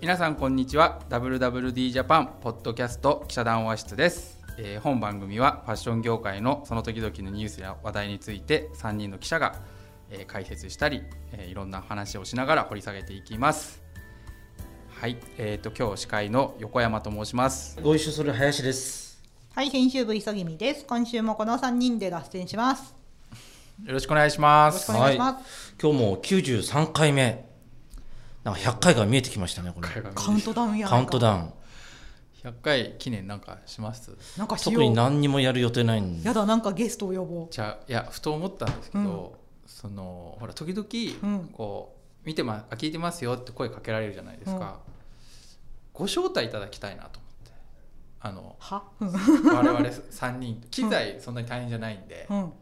皆さんこんにちは WWD ジャパンポッドキャスト記者談話室です、えー本番組はファッション業界のその時々のニュースや話題について3人の記者が、えー解説したり、えーいろんな話をしながら掘り下げていきますはいえー、と今日司会の横山と申しますご一緒する林です。はい、編集部急ぎみです。今週もこの三人で脱線します。よろしくお願いしまよろしすくお願いします。今日も93回目。なんか100回が見えてきましたね、これ。カウントダウンやないかカウントダウン。 100回記念なんかしますなんかし特よにう。何にもやる予定ないんで。やだ、なんかゲストを呼ぼじゃあいやふと思ったんですけど、そのほら時々、うんこう見てまあ聞いてますよって声かけられるじゃないですか、ご招待いただきたいなと思ってあの う。は、うん、我々3人機材そんなに大変じゃないんで、うん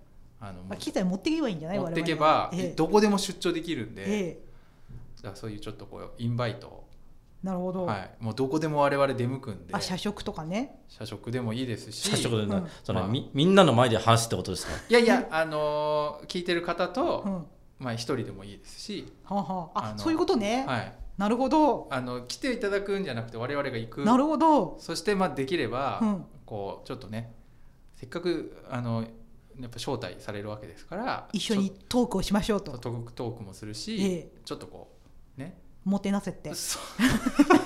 あのもうあ機材持ってけばいいんじゃない。持ってけ我ば、々はええどこでも出張できるんで、ええ、じゃあそういうちょっとこうインバイトなるほを、ど。はい、もうどこでも我々出向くんであ、社食とかね。社食でもいいですし社食でなうんそのまあみみんなの前で話すってことですか いやいや、あのー聞いてる方と、うん。はまあ、一人でもいいですし、あはあ、ああのそういうことね。はい、なるほど。あの来ていただくんじゃなくて我々が行くなるほど。そしてまあできれば、うんこうちょっとねせっかくあのやっぱ招待されるわけですから一緒にトークをしましょうちょっとと。トークトークもするし、ええちょっとこうねもてなせ って。そう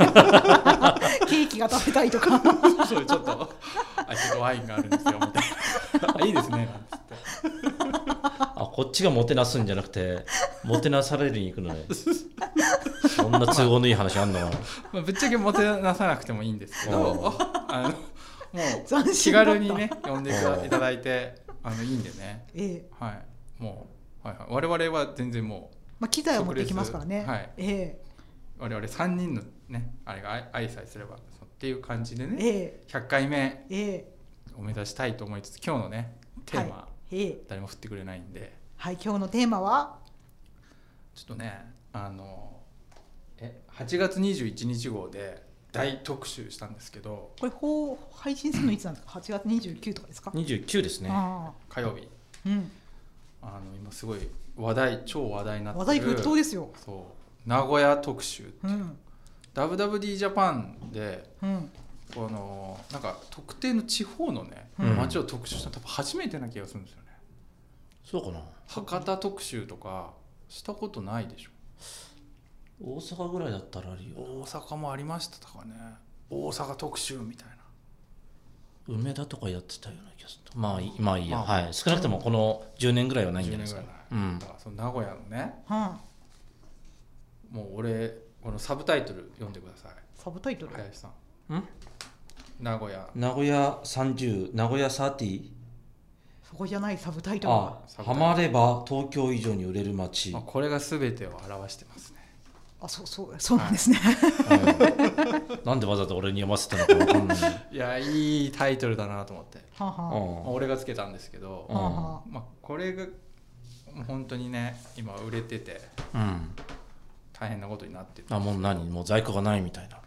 ケーキが食べたいとか。そうちょっとあちょっとワインがあるんですよみたい なあいいですねなんつってあこっちがもてなすんじゃなくて、もてなされるに行くのね。そんな都合のいい話あんのかな。 まあぶっちゃけもてなさなくてもいいんですけどあのも う斬 気新だった。軽にね。呼んでいただいてあのいいんでねええ、はいもう、はいはい、我々は全然もうまあ機材を持ってきますからね。即列ええ、我々3人のねあれがあい愛さえすればそうっていう感じでえねえ、 100回目ええ。を目指したいと思いつつ今日のねテーマ、はい、ええ誰も振ってくれないんではい、今日のテーマはちょっとねあのえ8月21日号で大特集したんですけどこれ放配信するのいつなんですか8月29とかですか、 29ですね。あ火曜日あうんあの今すごい話題超話題になってる話題沸騰ですよそう名古屋特集うん WWD ジャパンでうんこのなんか特定の地方のねうん街を特集したの多分初めてな気がするんですよねそうかな。博多特集とかしたことないでしょ大阪ぐらいだったらあるよ。大阪もありましたとかね大阪特集みたいな梅田とかやってたような気がする。まあいい、まあいいや。まあはい。少なくともこの10年ぐらいはないんじゃないですか10年。うぐらいないんだ。からその名古屋のねうんもう俺このサブタイトル読んでくださいサブタイトル、林さんん名古屋名古屋30名古屋30そこじゃないサブタイトルあはハマれば東京以上に売れる街ま あ、これが全てを表してますねあそうそうそうなんですね、うんなんでわざと俺に読ませたのかわかん ない、いやいいタイトルだなと思って、はあはまあう俺がつけたんですけどあ、はあはまあ、これがもう本当にね今売れててんうん、大変なことになっててあもう何もう在庫がないみたいな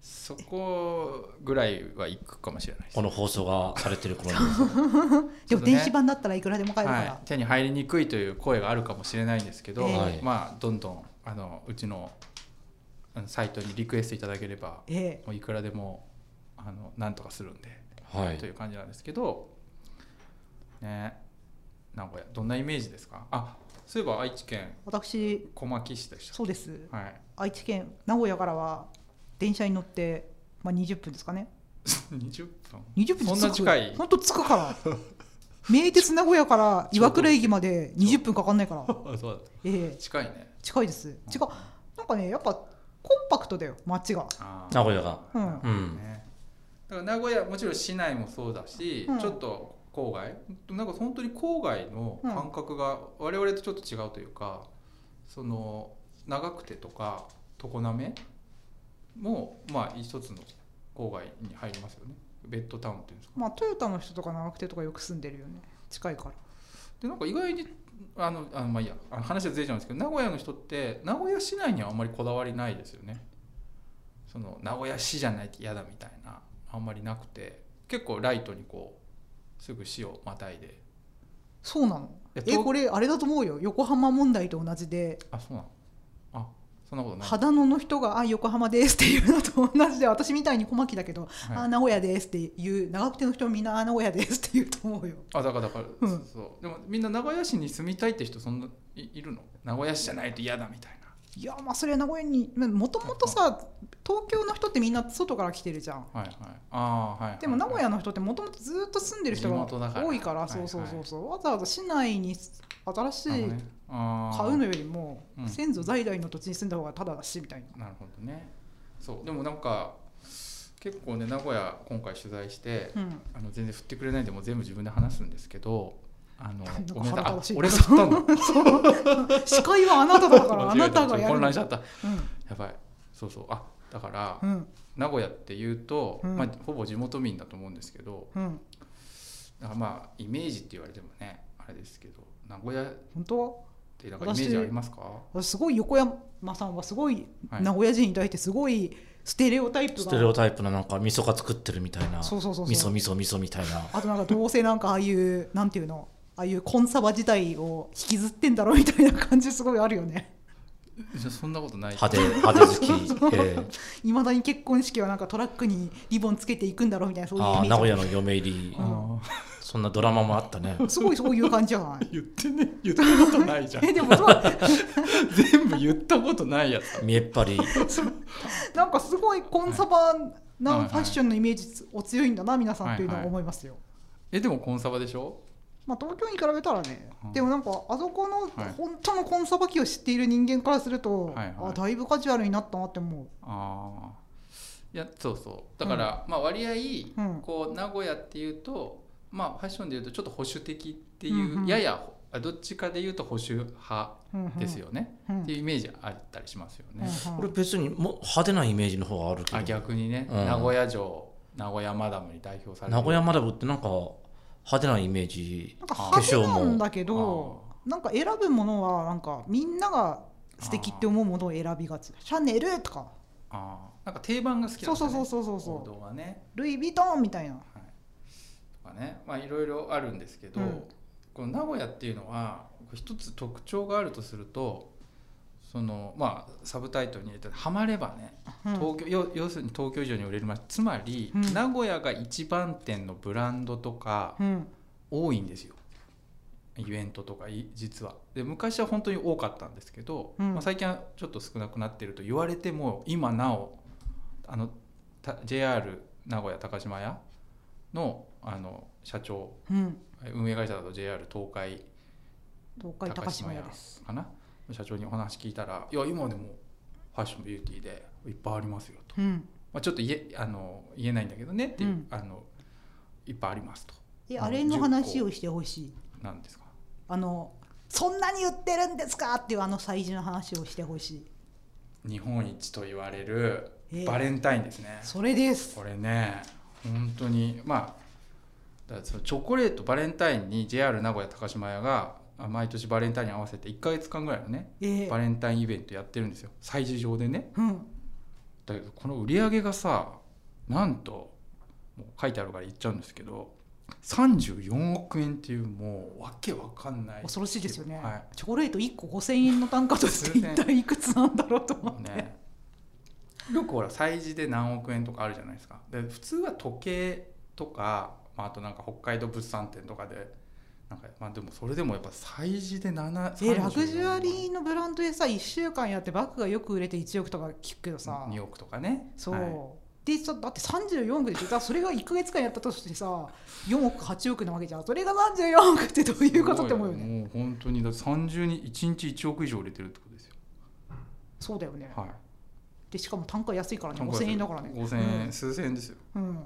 そこぐらいはいくかもしれないですこの放送がされてる 頃にあでも電子版だったらいくらでも買えるから、はい、手に入りにくいという声があるかもしれないんですけど、ええまあどんどんあのうちのうんサイトにリクエストいただければええもういくらでもあのなんとかするんで、はいという感じなんですけどね名古屋どんなイメージですかあそういえば愛知県私小牧市でしそうですたはい 愛知県名古屋からは電車に乗って、まあ、20分ですかね20分 20分で着くそんな近いほんと着くから名鉄名古屋から岩倉駅まで20分かかんないからあそうだっええた近いね近いです違うなんかねやっぱコンパクトだよ街があー名古屋がうんうんね、だから名古屋もちろん市内もそうだし、うんちょっと郊外なんか本当に郊外の感覚が我々とちょっと違うというか、その長久手とか常滑もまあ一つの郊外に入りますよねベッドタウンっていうんですかまあトヨタの人とか長久手とかよく住んでるよね近いからでなんか意外にあのあまあいいやあの話はずれちゃうんですけど名古屋の人って名古屋市内にはあんまりこだわりないですよねその名古屋市じゃないと嫌だみたいなあんまりなくて結構ライトにこうすぐ市をまたいでそうなのいやえとこれあれだと思うよ横浜問題と同じであそうなのあそんなことない。秦野の人が「あ横浜です」っていうのと同じで私みたいに小牧だけはど「いあ名古屋です」っていう長久手の人もみんな「あ名古屋です」って言うと思うよ。あだからだから、うんそうでもみんな名古屋市に住みたいって人そんないいるの名古屋市じゃないと嫌だみたいいやまあそれは名古屋にまあもともとさ東京の人ってみんな外から来てるじゃん。なはいはいああはい、はい、でも名古屋の人ってもともとずっと住んでる人地元だかがら多いからはいそうそうそうそうわざわざ市内に新しいなるほどねあー買うのよりもうん先祖在来の土地に住んだ方がただだしみたいな。なるほどねそうでもなんか結構ね名古屋今回取材して、うんあの全然振ってくれないんでもう全部自分で話すんですけどあのなんかごめんなさい腹あ立たしい俺が振 ったの司会はあなただから 間あ違なえたたがや混るんだ乱しちゃったうやばいそうそうあだから、んうん名古屋っていうと、うんまあ、ほぼ地元民だと思うんですけどうんだからまあイメージって言われてもねあれですけど名古屋っ本当はてなんかイメージありますか私すごい横山さんはすごいはい名古屋人に対してすごいステレオタイプステレオがタイプななんか味噌が作ってるみたいなそうそうそうそう味噌味噌味噌みたいなあとなんかどうせなんかああいうなんていうのああいうコンサバ自体を引きずってんだろうみたいな感じすごいあるよねじゃあそんなことない派手派手 好き、えいまだに結婚式はなんかトラックにリボンつけていくんだろうみたいなそーういうイああメ名古ー屋の嫁入り、あーそんなドラマもあったねジすごいそういう感じじゃない言ってね言ったことない じゃんえでもそう全部言ったことないやつ見えっぱりなんかすごいコンサバなファッションのイメージお強いんだな皆さんっていうのははいはい思いますよ、えでもコンサバでしょまあ、東京に比べたらね、うんでもなんかあそこのはい本当のコンサバ機を知っている人間からすると、はいはいあだいぶカジュアルになったなって思うああいやそうそうだから、まあ割合、うんこう名古屋っていうとまあファッションでいうとちょっと保守的っていう、うんうんややあどっちかでいうと保守派うんうんですよね、うんっていうイメージあったりしますよね、うんうん俺別にもう派手なイメージの方があるあけど逆にね、うん名古屋城名古屋マダムに代表される名古屋マダムってなんか派手なイメージなん化か派手粧なんもだけどなんか選ぶものはなんかみんなが素敵って思うものを選びがちシャネルとかあーなんか定番が好きそうそうそううそうそうそう動画ねルイ・ヴィトンみたいなとかねまあいろいろあるんですけど、うんこの名古屋っていうのは一つ特徴があるとするとそのまあサブタイトルに入れたハマればね、うん東京要要するに東京以上に売れる街つまり、うん名古屋が一番店のブランドとかうん多いんですよイベントとかい実はで昔は本当に多かったんですけど、うんまあ、最近はちょっと少なくなってると言われても今なおあのた JR 名古屋高島屋のあの社長うん運営会社だと JR 東海東海高島屋ですかな社長にお話聞いたら「いや今でもファッションビューティーでいっぱいありますよ」とうん「まあ、ちょっと言えあの言えないんだけどね」っていう、うんあの「いっぱいあります」とえあれの話をしてほしいなんですかあのそんなに売ってるんですかっていうあの催事の話をしてほしい日本一と言われるえーバレンタインですね、それですこれね本当にまあだからそのチョコレートバレンタインに JR 名古屋高島屋があ毎年バレンタインに合わせて1か月間ぐらいのねええバレンタインイベントやってるんですよ催事場でねうんだけどこの売り上げがさなんともう書いてあるから言っちゃうんですけど34億円っていうもうわけわかんない恐ろしいですよね、はいチョコレート1個5000円の単価として一体いくつなんだろうと思もっうて、ねよくほら催事で何億円とかあるじゃないですかで普通は時計とか、まあ、あとなんか北海道物産展とかでなんかまあでもそれでもやっぱ催事で7えラグジュアリーーのブランドでさ1週間やってバッグがよく売れて1億とか聞くけどさ2億とかねそう、はいでさだって34億でしょだからそれが1か月間やったとしてさ4億8億なわけじゃんそれが34億ってどういうことって思うよねもう本当にだって30に1日1億以上売れてるってことですよそうだよね、はいでしかも単価安いからね5000円だからね5000円、数千円ですようんうん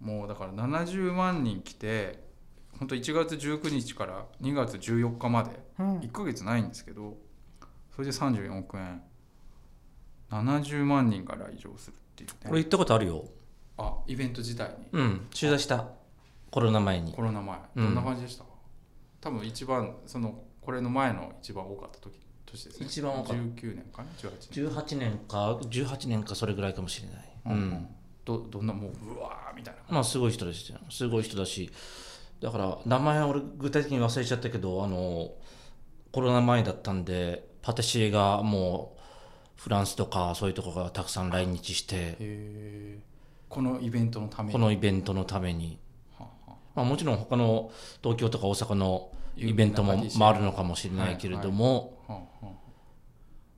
もうだから70万人来て本当1月19日から2月14日までうん1ヶ月ないんですけどそれで34億円70万人が来場するっていう、ね、俺行ったことあるよあイベント自体にうん取材したコロナ前にコロナ前うどんんな感じでした、多分一番そのこれの前の一番多かった時年ですね一番多かった19年かな18年18年か18年かそれぐらいかもしれない、うんどどんなもううわーみたいなまあすごい人ですよすごい人だしだから名前は俺具体的に忘れちゃったけどあのコロナ前だったんでパティシエがもうフランスとかそういうとこがたくさん来日してへえこのイベントのためにこのイベントのために、はあはあまあ、もちろん他の東京とか大阪のイベントも回るのかもしれないけれども、はあはあ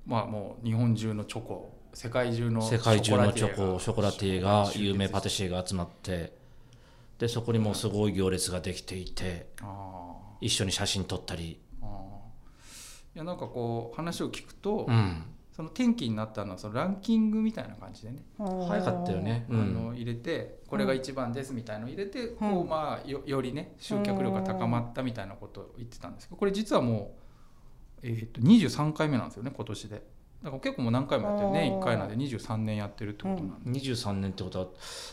まあもう日本中のチョコ世界中の世界中のチョコショコラティエが有名パパティシエが集まってでそこにもうすごい行列ができていてああ一緒に写真撮ったり、あーいやなんかこう話を聞くと、うん、その転機になったのはそのランキングみたいな感じでね、早かったよ。ね、うあんの入れてこれが一番ですみたいのを入れて、こううんまあよよりね集客力が高まったみたいなことを言ってたんですけどこれ実はもう、えー、と23回目なんですよね今年で。だから結構もう何回もやってる年あー1回なんで23年やってるってことなんで、 23年ってことは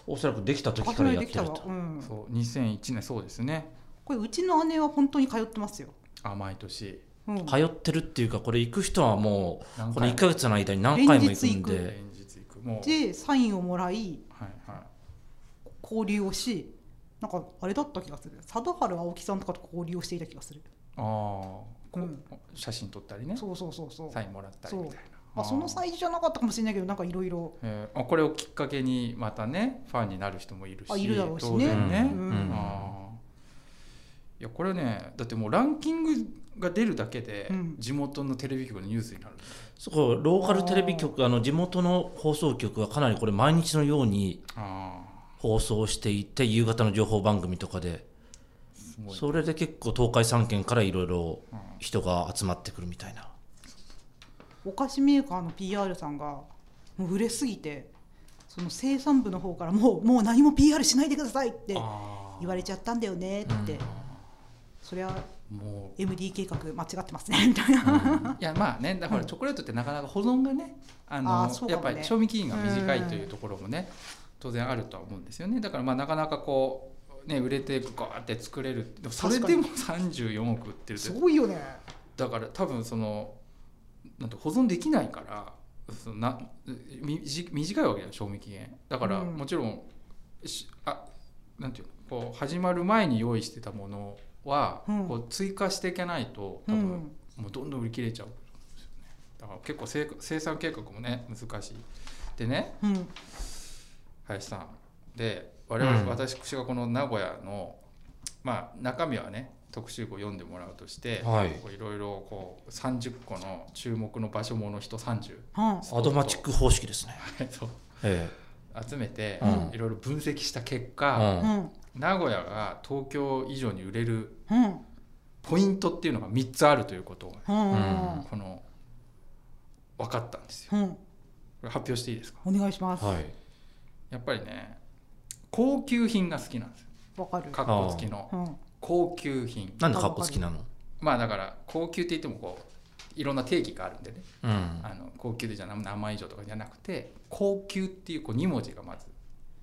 おそらくできた時あかそられやっでてきるたとわ。うん。そう2001年そうですねこれうちの姉は本当に通ってますよ。あ毎年うん。通ってるっていうかこれ行く人はもう何この回1もか月の間に何回も行く連ん日行くで連日行くもうでサインをもらいはいはい交流をし、なんかあれだった気がする。佐渡原青木さんとかと交流をしていた気がする。ああこううん写真撮ったりねそうそうそうそう。サインもらったりみたいなまあそのサインイズじゃなかったかもしれないけどなんかいろいろ。あこれをきっかけにまたねファンになる人もいるしあいるだろうしね当然ね、うんあーいやこれねだってもうランキングが出るだけでうん地元のテレビ局のニュースになる、そこローカルテレビ局あの地元の放送局はかなりこれ毎日のようにあ放送していて夕方の情報番組とかであすごいそれで結構東海3県からいろいろうん人が集まってくるみたいなお菓子メーカーの PR さんがもう売れすぎてその生産部の方からもうもう何も PR しないでくださいってあ言われちゃったんだよねって、うんそりゃーも MD 計画間違ってますねみたい な、ういやまあねだからチョコレートってなかなか保存がねあのあーそうかやもっねぱり賞味期限が短いというところもね当然あるとは思うんですよねだからまあなかなかこうね売れてガーって作れるでもそれでも34億売ってるってすごいよねだから多分そのなんて保存できないからそのなみじ短いわけだよ賞味期限だからうんもちろん、しあなんていうのこう始まる前に用意してたものは、うんこう追加していけないと多う分、んもうどんどん売り切れちゃうんですよねだから結構生生産計画もね難しいでねうん林さんで我々、うん私がこの名古屋の、まあ、中身はね特集を読んでもらうとして、はいこういろいろこう30個の注目の場所もの人30はアドマチック方式ですね、そうえ集めて、うんいろいろ分析した結え果、あうんうん名古屋が東京以上に売れるうんポイントっていうのが3つあるということをね、うんうんこの分かったんですようんこれ発表していいですかお願いしますわ、はいやっぱりね高級品が好きなんですよかるカッコ付きのうん高級品なんでカッコ好きなのまあだから高級って言ってもこういろんな定義があるんでね、うんあの高級でじゃな何万以上とかじゃなくて高級っていうこう2文字がまず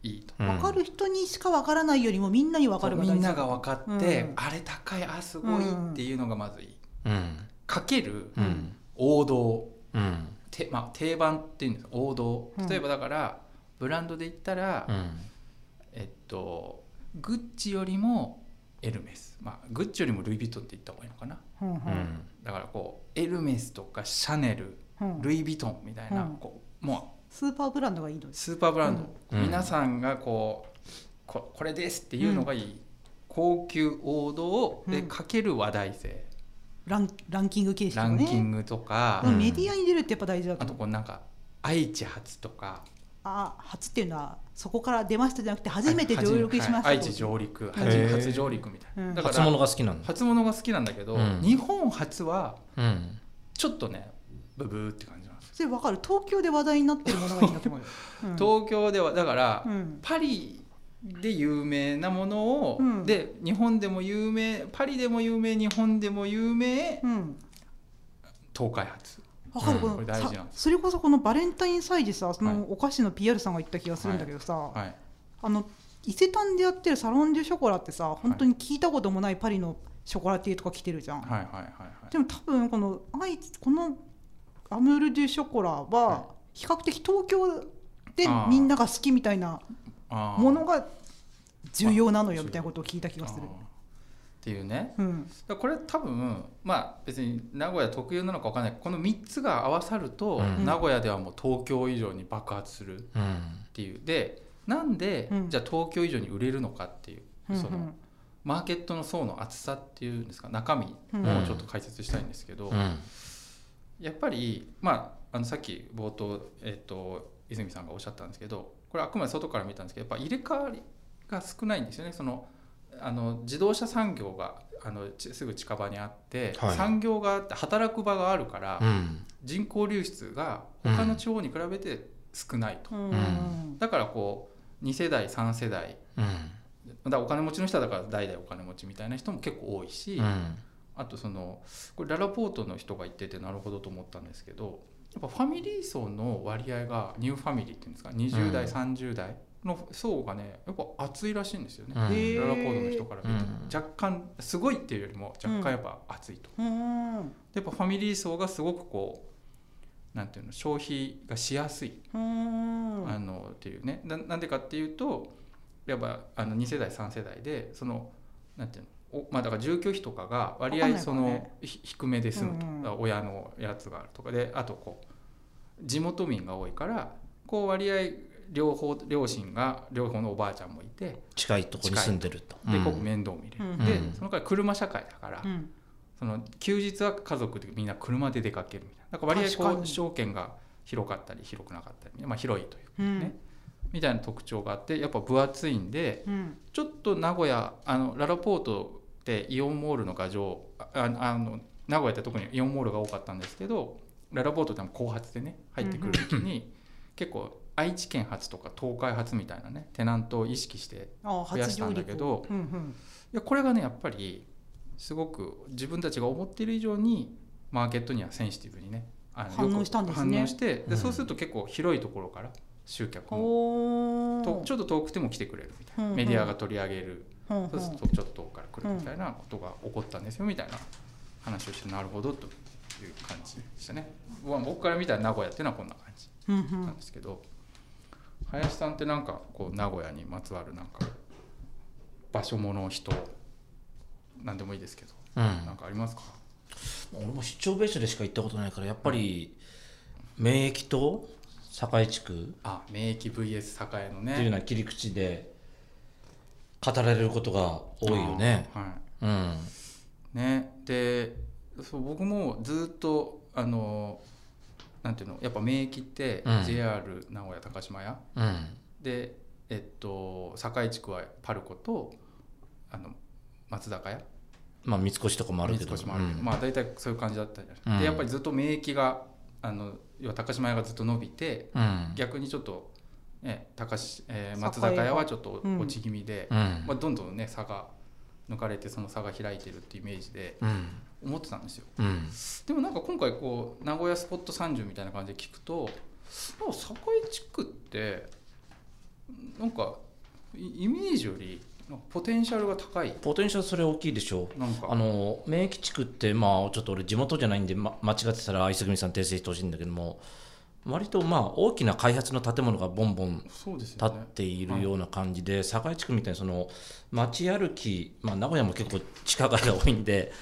いいと。うんわかる人にしかわからないよりもみんなにわかるみんなが分かって、うんあれ高いあすごいっていうのがまずいい。うんかけるうん王道うんて、まあ、定番っていうんです王道うん例えばだから、ブランドで言ったら、うんえっとグッチよりもエルメス、まあ、グッチよりもルイ・ヴィトンって言った方がいいのかなうんううんんだからこうエルメスとかシャネルうんルイ・ヴィトンみたいな、うんこうもスーパーブランドがいいのうでスすーパーブランド、うん皆さんがこうここれですっていうのがいい、高級王道でうんかける話題性、ランランキング形式ラのンねキングとか、うんメディアに出るってやっぱ大事だとあ思とうこうなんか愛知発とかあ初っていうのはそこから出ましたじゃなくて初めて上陸しましたと、はい愛知上陸へ初ー初上陸みたいな、うんだから初物が好きなの初物が好きなんだけど、うん日本初はうんちょっとねブブーって感じなんですよ、それ分かる東京で話題になってるものがいいんだと思うよ、うん、東京ではだから、うんパリで有名なものを、うんで日本でも有名パリでも有名日本でも有名うん東海発わかる、うんここのれ大事さなんですそれこそこのバレンタイン祭時さそはいのお菓子の PR さんが言った気がするんだけどさ、はいあの伊勢丹でやってるサロン・デュ・ショコラってさ本当に聞いたこともないパリのショコラティエとか来てるじゃん、はいはいはいでも多分この愛知このアムール・デュ・ショコラはは比較的東京であーみんなが好きみたいなはいものが重要なのよみたいなことを聞いた気がするあーっていうねうん、だからこれは多分まあ別に名古屋特有なのか分かんないこの3つが合わさると、うん名古屋ではもう東京以上に爆発するっうんていうでなんで、うんじゃあ東京以上に売れるのかっていう、うんそのマーケットの層の厚さっていうんですか中身うんをちょっと解説したいんですけど、うんやっぱり、まあ、あのさっき冒頭、えっと泉さんがおっしゃったんですけどこれあくまで外から見たんですけどやっぱ入れ替わりが少ないんですよねそのあの自動車産業があのちすぐ近場にあって、はい産業があって働く場があるから、うん人口流出が他の地方に比べて少ないと、うんんだからこう2世代3世代うんだからお金持ちの人はだから代々お金持ちみたいな人も結構多いし、うんあとそのこれララポートの人が言っててなるほどと思ったんですけどやっぱファミリー層の割合がニューファミリーっていうんですか20代、うん30代の層がねやっぱ厚いらしいんですよね、うんへーララポートの人から見て、うん若干すごいっていうよりも若干やっぱ厚いと、うんでやっぱファミリー層がすごくこうなんていうの消費がしやすい、うんあのっていうねななんでかっていうとやっぱあの2世代3世代でそのなんていうのおまあだから住居費とかが割わ合かんないそもんの、ねひ低めで済むと、うんうんだから親のやつがあるとかであとこう地元民が多いからこう割合両方両親が両方のおばあちゃんもいてで近いとこに住んでるとこう面倒見れる、うんでうんそのから車社会だから、うんその休日は家族でみんな車で出かけるみたいなだから割確合かこうに証券が広かったり広くなかったり、まあ、広いといううんねみたいな特徴があってやっぱ分厚いんでうんちょっと名古屋あのララポートってイオンモールの牙城あああの名古屋って特にイオンモールが多かったんですけどララポートってのは後発でね入ってくる時に結構愛知県発とか東海発みたいなねテナントを意識してああ増や初した上んだ陸けどうんうんいやこれがねやっぱりすごく自分たちが思っている以上にマーケットにはセンシティブにねあのよく反応したんですね反応してうでんそうすると結構広いところから集客もおとーちょっと遠くても来てくれるみたいな、うんうんメディアが取り上げる、うんうんそうするとちょっと遠くから来るみたいなことが起こったんですよみたいな話をしてなるほどという感じでしたね僕は僕から見たら名古屋っていうのはこんな感じうんうなんんですけど、林さんってなんかこう名古屋にまつわるなんか場所もの人なんでもいいですけど、うんなんかありますか俺も出張ベースでしか行ったことないからやっぱり免疫と堺地区あ免疫 VS 栄のっていうようねな切り口で語られることが多いよね。あーはいうん、ねでそう僕もずっとあのなんていうのやっぱ免疫ってうん JR 名古屋高島屋、うん、でえっと堺地区はパルコとあの松坂屋まあ三越とかもある三けど、越もあるけど、うんまあ大体そういう感じだったじゃない、すかうんでやっぱりずっと免疫があの要は高島屋がずっと伸びてうん、逆にちょっと、ね高しえー栄松坂屋はちょっとうん落ち気味で、うん、まあ、どんどんね差が抜かれてその差が開いてるっていうイメージでうん、思ってたんですよ。うん、でもなんか今回こう名古屋スポット30みたいな感じで聞くとなんか栄地区ってなんかイイメージよりなんかポテンシャルが高いポテンシャルそれ大きいでしょう。なんかあの免疫地区ってまあちょっと俺地元じゃないんで、ま、間違ってたら磯組さん訂正してほしいんだけども割とまあ大きな開発の建物がボンボンそうです立よっねているような感じで、堺地区みたいにその街歩き、まあ、名古屋も結構地下街が多いんで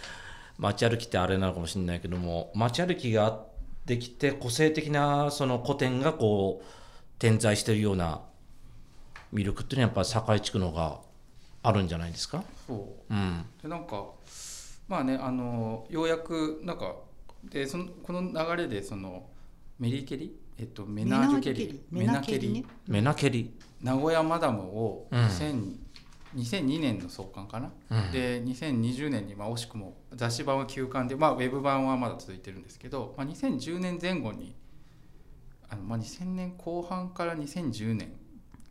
街歩きってあれなのかもしれないけども街歩きができて個性的なその古典がこう点在しているような魅力っていうのはやっぱ堺地区の方があるんじゃないですか。そううん、でなんかまあねあのようやくなんかでそのこの流れでそのメリーケリえっとメナージュケリメナージュケリメナーメナーケ目なけリねり、名古屋マダムをうん2000 2002年の創刊かな、うんで2020年にまあ惜しくも雑誌版は休刊で、まあ、ウェブ版はまだ続いてるんですけど、まあ、2010年前後にあの、まあ、2000年後半から2010年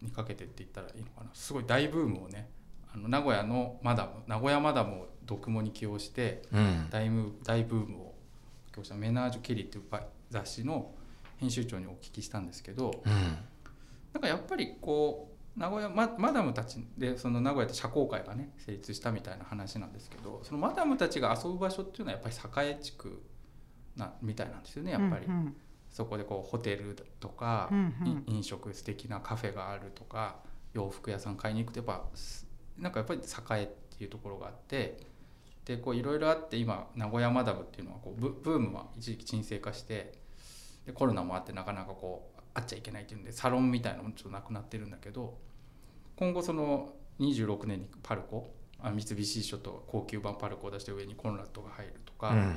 にかけてって言ったらいいのかなすごい大ブームをねあの名古屋のマダム名古屋マダムを読モに起用してうん、大ム大ブームを起用したメナージュ・ケリーっていう雑誌の編集長にお聞きしたんですけど、うん、なんかやっぱりこう名古屋ママダムたちでその名古屋って社交界がね成立したみたいな話なんですけどそのマダムたちが遊ぶ場所っていうのはやっぱり栄地区なみたいなんですよねやっぱり、うんそこでこうホテルとか、うんうんい飲食素敵なカフェがあるとか洋服屋さん買いに行くとやっぱすなんかやっぱり栄っていうところがあってでこういろいろあって今名古屋マダムっていうのはこうブブームは一時期沈静化してでコロナもあってなかなかこう会っちゃいけないっていうんでサロンみたいなのもちょっとなくなってるんだけど今後その26年にパルコあ三菱書と高級版パルコを出して上にコンラッドが入るとか、うん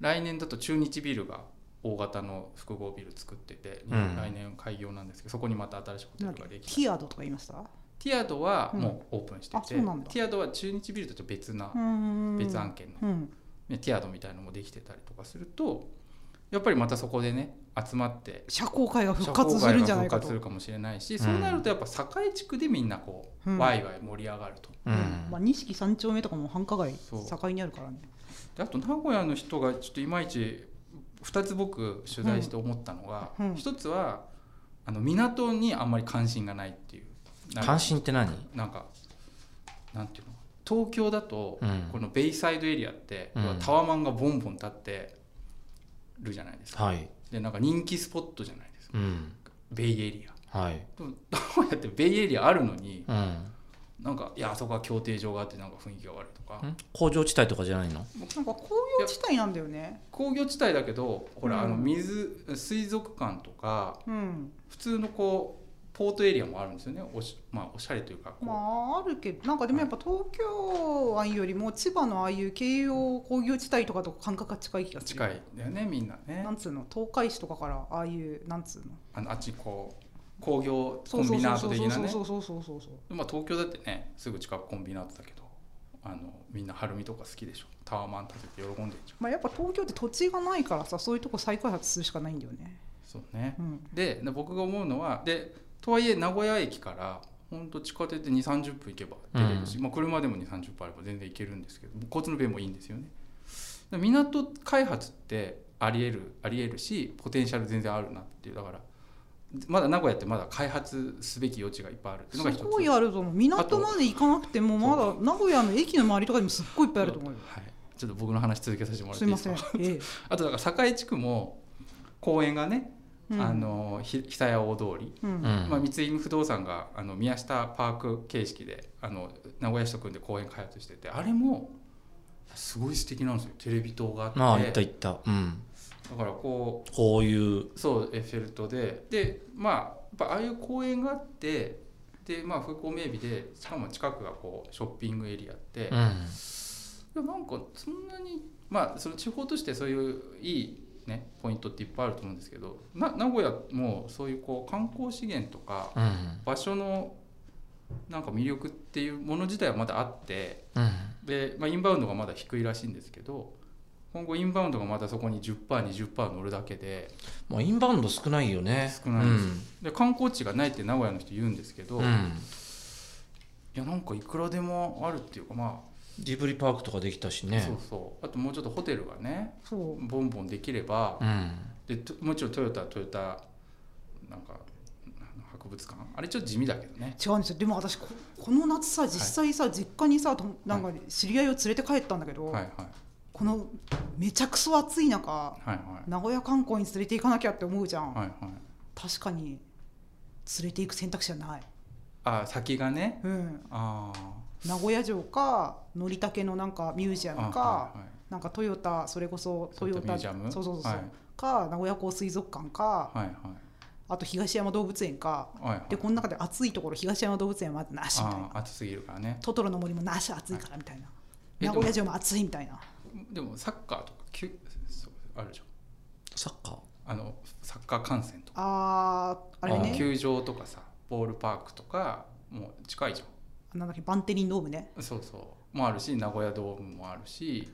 来年だと中日ビルが大型の複合ビル作ってて、うん来年開業なんですけどそこにまた新しいホテなんルだがっけでテきてィアードとか言いましたティアドはもうオープンしてうんあて、そうなんだティアドは中日ビルとちょっと別な、別別案件のうんねティアドみたいのもできてたりとかするとやっぱりまたそこでね集まって社交界が復活するんじゃない社か交界が復活とするかもしれないし、んそうなるとやっぱ堺地区でみんなこう、うんワイワイ盛り上がるとううんんまあ、錦三丁目とかも繁華街そう境にあるからねであと名古屋の人がちょっといまいち2つ僕取材して思ったのが、うんうん一つはあの港にあんまり関心がないっていうなんか関心って何なんかなんていうの東京だと、うんこのベイサイドエリアって、うんタワマンがボンボン立ってるじゃないですか、はいでなんか人気スポットじゃないですかうんベイエリア はいでも名古屋ってベイエリアあるのにうんなんかいやあそこは競艇場があってなんか雰囲気が悪いとかん工場地帯とかじゃないのなんか工業地帯なんだよね工業地帯だけどほら、うんあの水水族館とかうん普通のこうポートエリアもあるんですよねおし,、まあ、おしゃれというかこう、まああるけどなんかでもやっぱ東京湾よりも千葉のああいう京葉工業地帯とかと感覚が近い気がする近いんだよねみんなねなんつうの東海市とかからああいうなんつうのあのあっちにこう工業コンビナート的なねそうそうそうそうそうそうまあ、東京だってねすぐ近くコンビナートだけどあのみんな晴海とか好きでしょタワーマン建てて喜んでるじゃんまあやっぱ東京って土地がないからさそういうとこ再開発するしかないんだよねそうねうんでで僕が思うのはでとはいえ名古屋駅から本当地下鉄で2 3 0分行けば出れるし、まあ、車でも2 3 0分あれば全然行けるんですけど交通の便もいいんですよねで港開発ってありえるありえるしポテンシャル全然あるなっていうだからまだ名古屋ってまだ開発すべき余地がいっぱいあるっていうのが一すつごいあると思う港まで行かなくてもまだ名古屋の駅の周りとかでもすっごいいっぱいあると思うよはい、ちょっと僕の話続けさせてもらっすていいいでますかせん、ええあとだから堺地区も公園がね、うんあのひ久屋大通り、ううんんまあ、三井不動産があの宮下パーク形式であの名古屋市と組んで公園開発しててあれもすごい素敵なんですよテレビ塔があああっ行ったて行ったうんだからここういううそうエッフェル塔ででまあやっぱああいう公園があってでまあ風光明媚でしかも近くがこうショッピングエリアって、うんいやなんかそんなにまあその地方としてそういういいねポイントっていっぱいあると思うんですけどな名古屋もそういうこう観光資源とかうん場所のなんか魅力っていうもの自体はまだあってうんで、まあ、インバウンドがまだ低いらしいんですけど今後インバウンドがまたそこに 10%20% 乗るだけでまあインバウンド少ないよね少ないですで観光地がないって名古屋の人言うんですけど、うんういんやなんかいくらでもあるっていうかまあ、ジブリパークとかできたしねそうそうあともうちょっとホテルがねそうボンボンできればうんでともちろんトヨタはトヨタなんかあの博物館あれちょっと地味だけどね違うんですよでも私ここの夏さ実際さ、実家にさとなんか知り合いを連れて帰ったんだけど、はいはいこのめちゃくそ暑い中はいはい名古屋観光に連れて行かなきゃって思うじゃん、はいはい確かに連れて行く選択肢はない、あ先がねうん、あ名古屋城か乗りたけのなんかミュージーアあムかなんかトヨタそれこそトトヨヨタミュータジアムそうそうそうそう、はいか名古屋港水族館かはいはいあと東山動物園かはいはいでこの中で暑いところ東山動物園はまだなしみたいなあー暑すぎるからねトトロの森もなし暑いからみたいな、え名古屋城も暑いみたいなでもサッカーとかきゅそうあるじサッカーゃんあのサッカー観戦とかあーあれあね球場とかさボールパークとかもう近いじゃなんだっけバンテリンドームねんそうそうもあるし名古屋ドームもあるし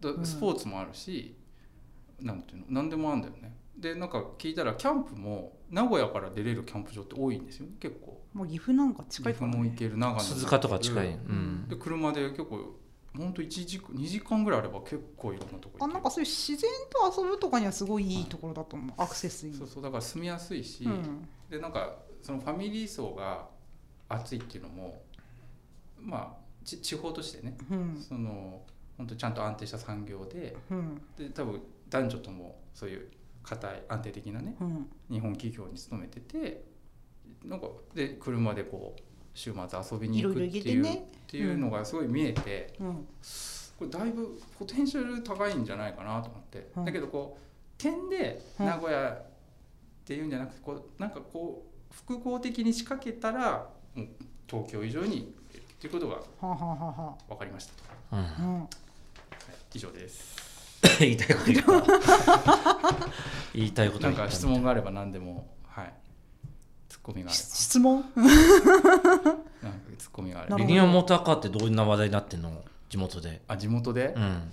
だうんスポーツもあるし、なんていうの何でもあるんだよねでなんか聞いたらキャンプも名古屋から出れるキャンプ場って多いんですよね結構もう岐阜なんか岐近い阜から、ね、も行ける長野も行ける鈴鹿とか近い、うんん、で車で結構ほんと1時間2時間ぐらいあれば結構いろんなとこあ行けなんるかそういう自然と遊ぶとかにはすごいいいところだと思う、アクセスいいそうそうだから住みやすいし、うんでなんかそのファミリー層が暑いっていうのもまあち地方としてね、うんその本当ちゃんと安定した産業でうんで多分男女ともそういう固い安定的なねうん日本企業に勤めててなんかで車でこう週末遊びに行くっていういろいろ行けてねっていうのがすごい見えて、うんこれだいぶポテンシャル高いんじゃないかなと思って、うんだけどこう点でうん名古屋っていうんじゃなくてこうなんかこう複合的に仕掛けたらもう東京以上に売れるっていうことがはあ、はあはあは分かりましたと、はうん あ、うんい以上です言いたいこと言った 言いたいことな言んったか質問があれば何でもはいツッコミがあれし質問ばなんかツッコミがあれなばるリほどニアモーターカーってどんな話題になってんの地元であ地元で、うん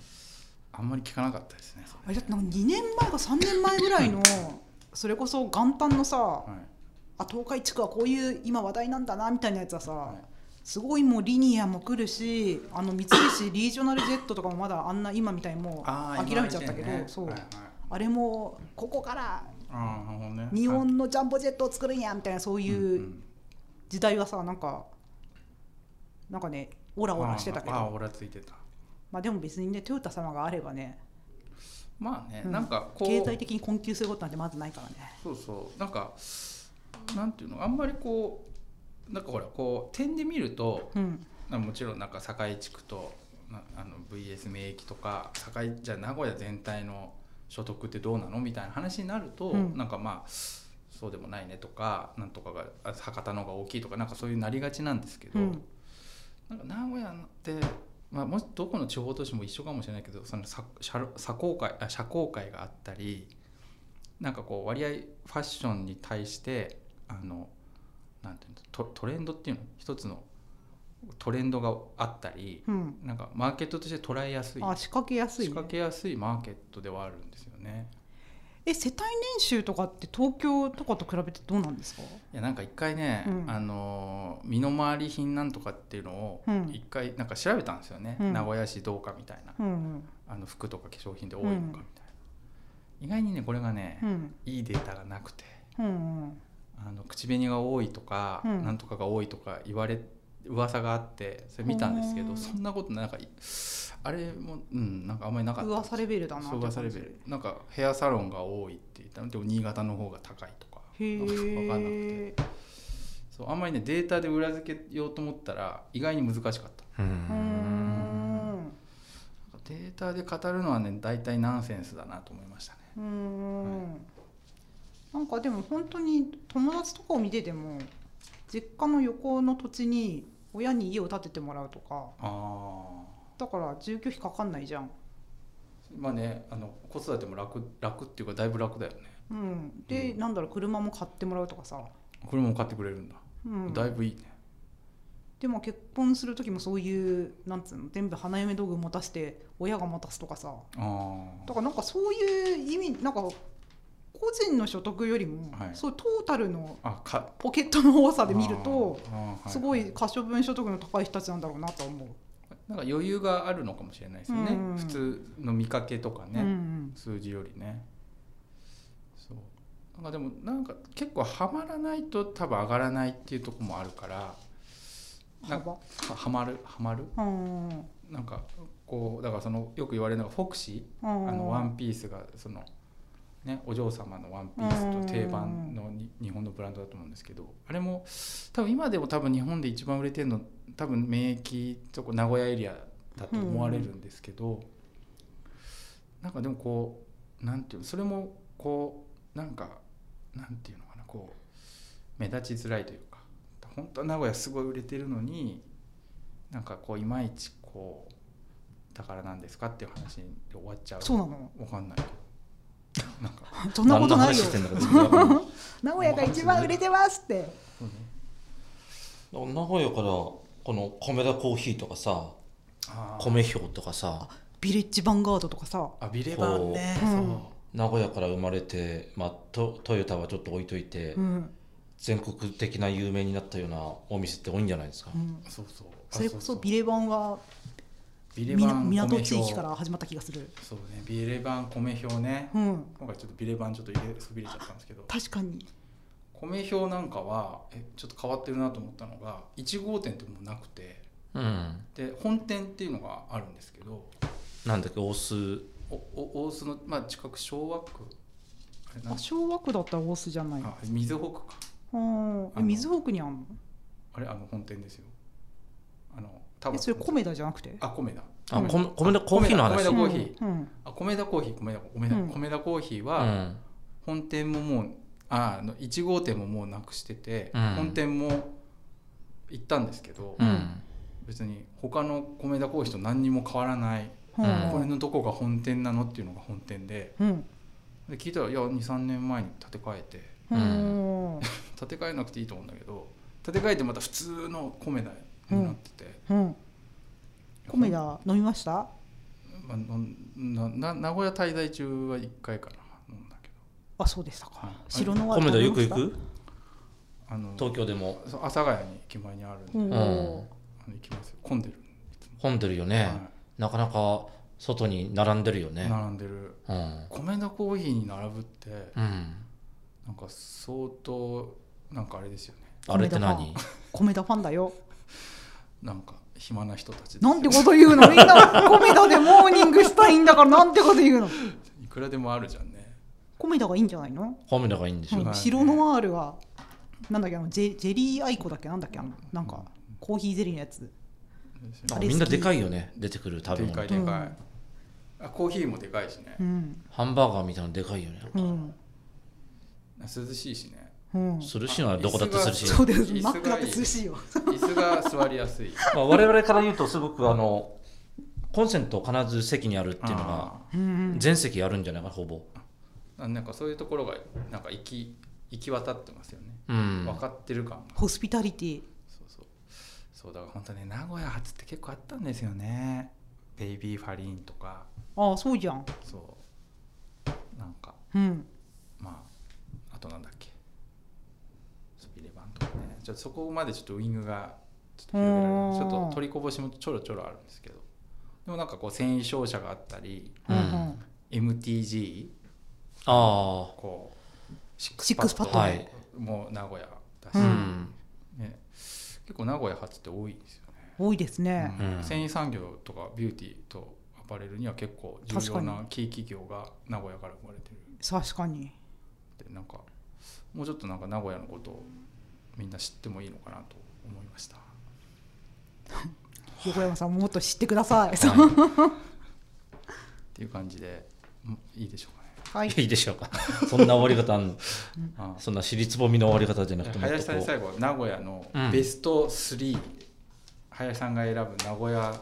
あんまり聞かなかったですねそあれだってなんか2年前か3年前ぐらいのそれこそ元旦のされはいあ東海地区はこういう今話題なんだなみたいなやつはさ、はいすごいもうリニアも来るしあの三菱リージョナルジェットとかもまだあんな今みたいにもうあー諦めちゃったけど、今ねそう、はいはいあれもここからあーなるほどね日本のジャンボジェットを作るんやみたいなそううんういうん時代はさなんかなんかねオラオラしてたけあーあーどオラついてたまあでも別にねトヨタ様があればねまあね、うんなんかこう経済的に困窮することなんてまずないからねそうそうなんかなんていうのあんまりこうなんかほらこう点で見るとうんなもちろんなんか堺地区となあの VS 名駅とか堺じゃあ名古屋全体の所得ってどうなのみたいな話になると、うんなんかまあそうでもないねとかなんとかがあ博多の方が大きいとかなんかそういうなりがちなんですけど、うんなんか名古屋って、まあ、もしどこの地方都市も一緒かもしれないけどそのさ社社交界あ社交界があったりなんかこう割合ファッションに対してあのなんていうのトトレンドっていうの一つのトレンドがあったりうんなんかマーケットとして捉えやすいあ仕掛けやす仕い、ね掛、けやすいマーケットではあるんですよね。え世帯年収とかって東京とかと比べてどうなんですかいやなんか一回ね、うんあの身の回り品なんとかっていうのをうん一回なんか調べたんですよね、うん名古屋市どうかみたいな。うんあの服とか化粧品で多いのかみたいな、意外にねこれがね、うんいいデータがなくてうんうんあの口紅が多いとか、うんなんとかが多いとか言われ噂があってそれ見たんですけほどーそんなことなんかいあれもうんなんかあんまりなかった噂レベルだなそう噂レベルなんかヘアサロンが多いって言ったのでも新潟の方が高いとかへなんか分かんなくてえそうあんまりねデータで裏付けようと思ったら意外に難しかったううんんデータで語るのはね大体ナンセンスだなと思いましたねうーんなんかでも本当に友達とかを見てても実家の横の土地に親に家を建ててもらうとかああだから住居費かかんないじゃん、まあね、あの子育ても楽楽っていうかだいぶ楽だよねうん、で、うなんだろう車も買ってもらうとかさ、これも買ってくれるんだ、うん、だいぶいいねでも結婚する時もそういうなんつうの全部花嫁道具持たせて親が持たすとかさあだからなんかそういう意味なんか個人の所得よりも、はいそういうトータルのああかポケットの多さで見るとあーあーはすごはい可処分所得の高い人たちなんだろうなとは思う。なんか余裕があるのかもしれないですよね、うん普通の見かけとかね、うん数字よりねそうなんかでもなんか結構はまらないと多分上がらないっていうところもあるからうん、なんか幅ははまるはまるうんうんなんかこうだからそのよく言われるのがフォクシーああのワンピースがその、ね、お嬢様のワンピースと定番のに日本のブランドだと思うんですけどあれも多分今でも多分日本で一番売れてるの多分免疫とこ名古屋エリアだと思われるんですけど、なんかでもこうなんていうのそれもこうなんかなんていうのかなこう目立ちづらいというか本当は名古屋すごい売れてるのになんかこういまいちこうだからなんですかっていう話で終わっちゃうそうな のわかんないけど。なんか、そんなことない何の話よしてんだか全然わか んない名古屋が一番売れてますってそうね、名古屋からこの米田コーヒーとかさあー米氷とかさビレッジヴァンガードとかさあ、ビレバンね。そううん名古屋から生まれて、まあ、トトヨタはちょっと置いといて、うん全国的な有名になったようなお店って多いんじゃないですか、うんそうそう。あそれこそビレバンはビレみバなン港地域米から表始まった気がするそうね、ビレバン米表ね。うん今回ちょっとビレバンちょっと入れそびれちゃったんですけど、確かに米表なんかはえちょっと変わってるなと思ったのが、1号店ってもうなくて、うん、で本店っていうのがあるんですけど、なんだっけ大須おお大須のまあ近く昭和区、あれなんあ昭和区だったら大須じゃないあ水北区か。うんあえの水北にあんのあれあの本店ですよ。あの多え分それ米田じゃなくてあ米だ。あ、うんこん米田コーヒーの米話田うコーヒーうんうんあ米田コーヒー米田米田,、うん米田コーヒーは、ん本店ももうああの1号店ももうなくしてて、うん本店も行ったんですけど、うん別に他の米田コーヒーと何にも変わらない、うこれんのどこが本店なのっていうのが本店でうんで聞いたらいや23年前に建て替えてうん建て替えなくていいと思うんだけど建て替えてまた普通の米田になってて、うん米田飲みましたまあのなな名古屋滞在中は1回かな飲んだけどあそうでしたかはい白のワイン米田よく行食くあの東京でもそう阿佐ヶ谷に駅前にあるんで、べあましたおーの行きますよ混んでる、混んでるよね、はなかなか外に並んでるよいね並んでるうん米田コーヒーに並ぶってうんなんか相当なんかあれですよねあれって米何田米田ファンだよなんか暇な人たちですよなんてこと言うのみんな米田でモーニングしたいんだからなんてこと言うのいくらでもあるじゃんね米田がいいんじゃないの米田がいいんでしょ、ううん白ノワールはなんだっけあのジェジェリーアイコだっけなんだっけあのなんかコーヒーゼリーのやつああれみんな好きでかいよね出てくる食べでか物いでかい、あコーヒーもでかいしねう、んハンバーガーみたいなのでかいよねうん涼しいしねうん涼しいのはどこだって涼しいあそうです椅子がマックだって涼しいよ椅子が座りや すいまあ、我々から言うとすごくあのコンセント必ず席にあるっていうのがあうん全席あるんじゃないかなほぼ、ーなんかそういうところがなんか行き行き渡ってますよね、うん、分かってる感がホスピタリティそうそうそうだから本当ね名古屋発って結構あったんですよねベイビーファリーンとかああそうじゃんそうなんかうんまああとなんだっけスピレバンとかねちょっとそこまでちょっとウイングがちょっと広げられないちょっうとん取りこぼしもちょろちょろあるんですけどでもなんかこう繊維商社があったりううんんうん MTG あこうシシックスパッドはいも名古屋だし、あう、うんね、結構名古屋発って多いんですよね多いですねうんうん繊維産業とかビューティーとアパレルには結構重要なキー企業が名古屋から生まれてる確かにでなんかもうちょっとなんか名古屋のことをみんな知ってもいいのかなと思いました横山さんもっと知ってくださいそうはっていう感じでんいいでしょうかね はいい、いいでしょうか そんな終わり方あそんな尻つぼみの終わり方じゃなくてもっ林とさんにこ最後は名古屋のうんベスト3、林さんが選ぶ名古屋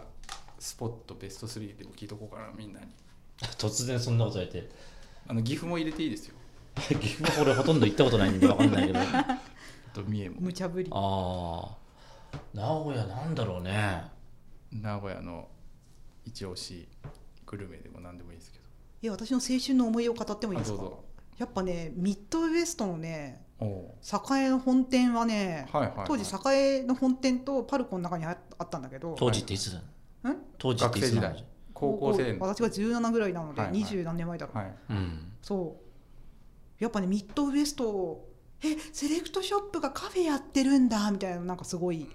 スポットベスト3でも聞いとこうかなみんなにう突然そんなこと言われてあの岐阜も入れていいですよ岐阜は俺ほとんど行ったことないん で分かんないけどああと三重も無茶ぶりあ名古屋なんだろうね名古屋の一押しグルメでも何でもいいですけどえ私の青春の思いを語ってもいいあですどうかぞやっぱねミッドウエストのねおお栄の本店はね、はいはいはい当時栄の本店とパルコの中にああったんだけど当時っていつだん当時っていつな学の生時高校生の私が17ぐらいなので、はいはい二十何年前だろう、はいうんそうやっぱねミッドウエストえセレクトショップがカフェやってるんだみたいななんかすごい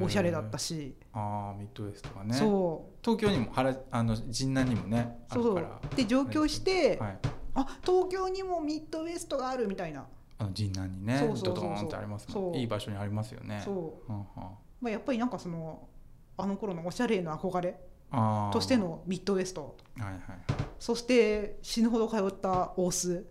おしゃれだったしし、ああミッドウェストがねそ東京にも原あの神南にもねうあそうるそかうらで上京して、はい、あ東京にもミッドウエストがあるみたいな、あの神南にねそうそうそうそうドドーンってありますもんそういい場所にありますよねそう、うんうんまあ、やっぱりなんかそのあの頃のおしゃれへの憧れあーとしてのミッドウエストはいはいそして死ぬほど通った大須、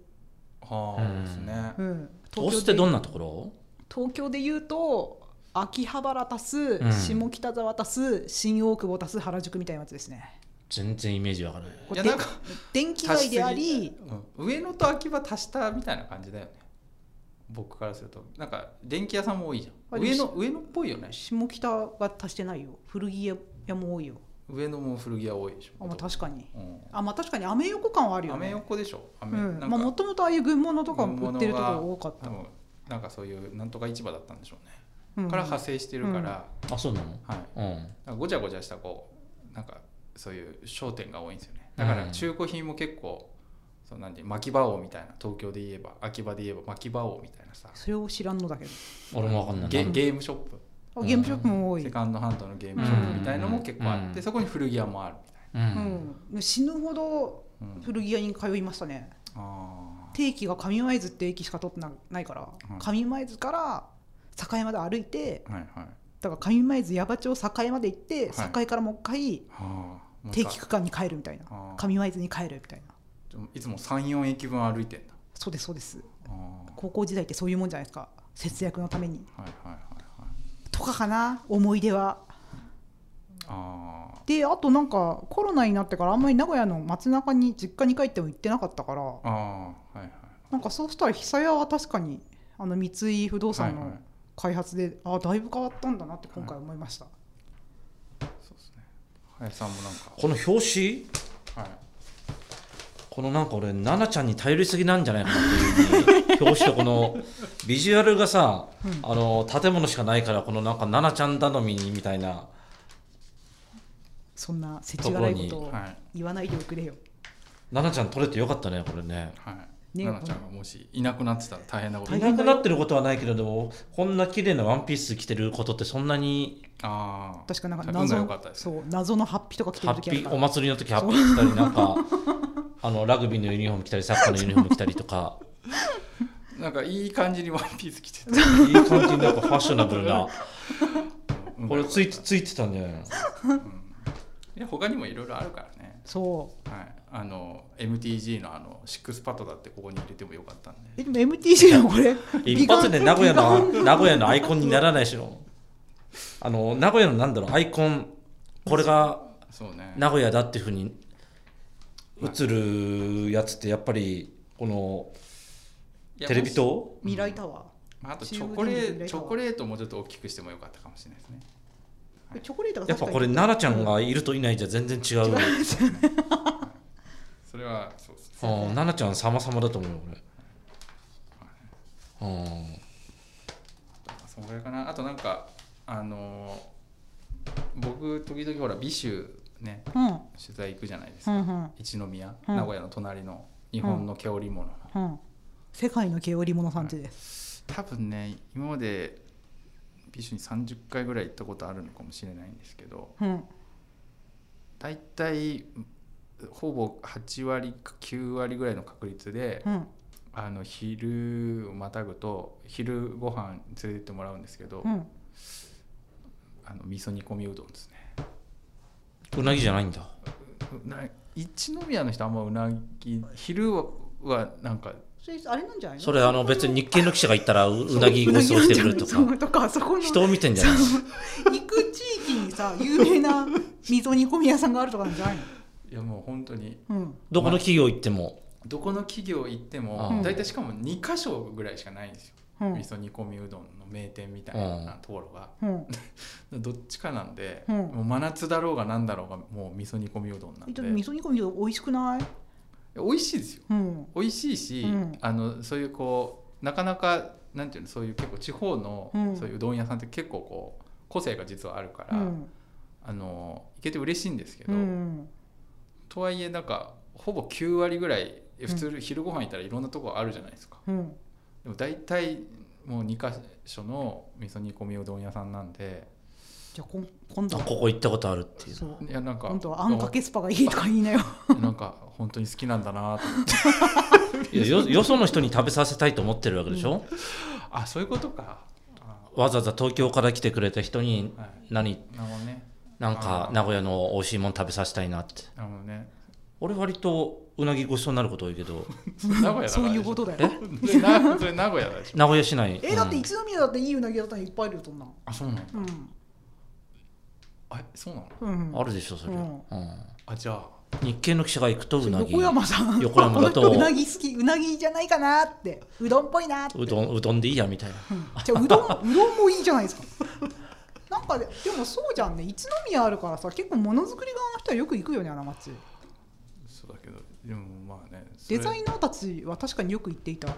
ああ、うんですねうん、オスってどんんなところ東京で言うと秋葉原足す、うん下北沢足す新大久保足す原宿みたいなやつですね全然イメージわからないこいやれなんか電気街でありうん上野と秋葉足したみたいな感じだよね僕からするとなんか電気屋さんも多いじゃあんでも上野上野っぽいよね下北は足してないよ古着屋も多いよ上野も古着屋多いでしあ、ょまあ、確かにうんあまあ確かにアメ横感はあるよアメね横でしょアうメんなまあもんかともとああいう軍物とか売ってるところが多かっ多た、分なんかそういうなんとか市場だったんでしょうねうんから派生してるから、あそうなのはい、うんなんかごちゃごちゃしたこうなんかそういう商店が多いんですよねだから中古品も結構、そうなんて巻き場王みたいな東京で言えば秋葉で言えば巻き場王みたいなさそれを知らんのだけど俺もわかんないゲなんゲームショップあゲームショップも多い、セカンドハンドのゲームショップみたいのも結構あって、うんそこに古着屋もあるううんん死ぬほどみたいな、うん古着屋に通いましたねあ定期が上前津って駅しか取ってなないから、うん上前津から境まで歩いてーはいはいだから上前津矢場町境まで行ってはい境からもう一回はあもう定一回期区間に帰るみたいなあー上会津に帰るみたいないつも34駅分歩いてんだそうですそうですあー高校時代ってそういうもんじゃないですか節約のためにはいはいはいはいとかかな思い出はあであとなんかコロナになってからあんまり名古屋の街中に実家に帰っても行ってなかったからーあーはいはいなんかそうしたら久屋は確かにあの三井不動産はいはのい開発で、あだいぶ変わったんだなって今回思いました、そうですね林さんもなんかこの表紙はいこのなんか俺奈々ちゃんに頼りすぎなんじゃないかなっていうふうに表紙とこのビジュアルがさ、あの建物しかないからこのなんか奈々ちゃん頼みにみたいなそんな世知辛いことをはい言わないでおくれよ、奈々ちゃん取れてよかったねこれねはい、ね奈々ちゃんがもしいなくなってたら大変なことい大な変くだよなってることはないけれどもこんな綺麗なワンピース着てることってそんなにああ確かなんか運が謎良のかったですそねう謎のハッピとか着てハるッ時ピあるーおから祭りの時ハッピー着たりなんかあのラグビーのユニフォーム着たりサッカーのユニフォーム着たりとかなんかいい感じにワンピース着 てたいい感じになんかファッショナブルなうんこれついてついてたんじゃないのいや他にもいろいろあるからねそうはいあの MTG のあのシックスパッドだってここに入れてもよかったんでえでも MTC のこれ一発で名古屋の美顔名古屋のアイコンにならないしのあの名古屋のなんだろうアイコンこれがそうね名古屋だっていうふうに映るやつってやっぱりこのいやテレビもし塔未来タワー、まあ、あとチョコレートチョコレートもうちょっと大きくしてもよかったかもしれないですねはいチョコレートがやっ確ぱかにこれ奈々ちゃんがいるといないじゃ全然違ううん違うそれはそうですね奈々ちゃん様々だと思うよ俺うんそのぐらいかなあとなんかあのー僕時々ほら美酒ねうんうん取材行くじゃないですうか、ん一宮、うん名古屋の隣の日本の毛織物、うん世界の毛織物産地です、多分ね今まで美酒に30回ぐらい行ったことあるのかもしれないんですけどうん大体ほぼ8割か9割ぐらいの確率で、うんあの昼をまたぐと昼ご飯連れてってもらうんですけど、うんあの味噌煮込みうどんですねうなぎじゃないんだうな一宮の人あんまうなぎ昼ははなんかそれあれなんじゃないのそれあの別に日系の記者が行ったらううなぎうごなちそぎうなんしてじゃくれないるとそかうとかそこの人を見てんじゃない行く地域にさ有名な味噌煮込み屋さんがあるとかなんじゃないのいやもう本当にうんどこの企業行ってもどこの企業行ってうもん大体しかも2か所ぐらいしかないんですよ、うん味噌煮込みうどんの名店みたいなうんところが、うんどっちかなんで、うんもう真夏だろうがなんだろうがもう味噌煮込みうどんなんでも味で噌煮込み美味しくない美味しいですようん美味しいし、うんあのそういうこうなかなかなんていうのそういう結構地方の、うんそういううどん屋さんって結構こう個性が実はあるかうら、んあの行けて嬉しいんですけうど、んとはいえなんかほぼ9割ぐらい普通昼ご飯行ったらいろんなとこあるじゃないですか、うんでも大体もう2か所の味噌煮込みうどん屋さんなんでじゃあこんあ今度ここ行ったことあるっていうそういやなんか今度はあんかけスパがいいとか言いなよなんか本当に好きなんだなと思っていやよよその人に食べさせたいと思ってるわけでしょ、 あそういうことかあわざわざ東京から来てくれた人にはい何なるほどねなんかあー名古屋の美味しいもの食べさせたいなってなるほど ね俺割とうなぎごちそうになること多いけどそれ名古屋だからでしそょういうことだえよ それなそれ名古屋でしょ名古屋市内えだってうん一宮だっていいうなぎ屋さんいっぱいあるよそんなんあそうなのうんあえそうなのうんあるでしょそれ、うんうんあじゃあ日系の記者が行くとうなぎ横山さん横山だとこの人うなぎ好きうなぎじゃないかなってうどんっぽいなってうどんうどんでいいやみたいなじゃあうどんうどんもいいじゃないですかなんかででもそうじゃんね一宮あるからさ結構ものづくり側の人はよく行くよねあの町そうだけどでもまあねそれデザイナーたちは確かによく行っていたうん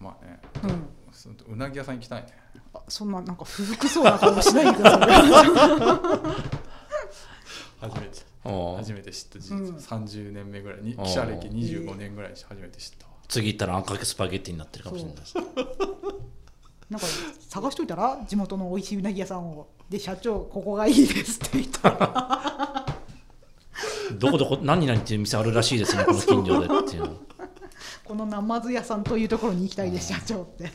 まあねうんそううなぎ屋さん行きたいねあそんななんか不服そうな顔しないでくだ さい初めてうん初めて知った事実、うん30年目ぐらいにあー記者歴25年ぐらいに初めて知ったわ次行ったらあんかけスパゲッティになってるかもしれないなんか探しといたら地元の美味しいうなぎ屋さんをで社長ここがいいですって言ったらどこどこ何々っていう店あるらしいですねこの近所でっていうのこのなまず屋さんというところに行きたいです社長って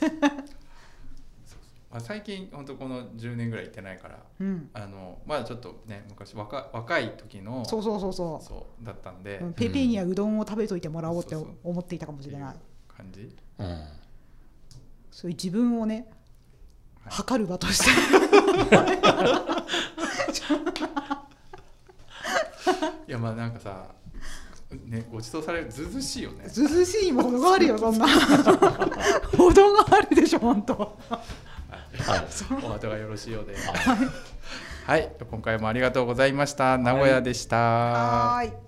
まあ、最近本当この10年ぐらい行ってないからうん、あのまだちょっとね昔若若い時のそうそうそうそそうだったんで、う、うっん、ペイペイにはうどんを食べといてもらおうってそうそう思っていたかもてしいれうない感じうんそういう自分をねはい測る場と していやまあなんかさねご馳走されるずうずうしいよね ずうずうしいにも程があるよ そんな歩道があるでしょ本当はいお後がよろしいようではい、今回もありがとうございました名古屋でした、はーい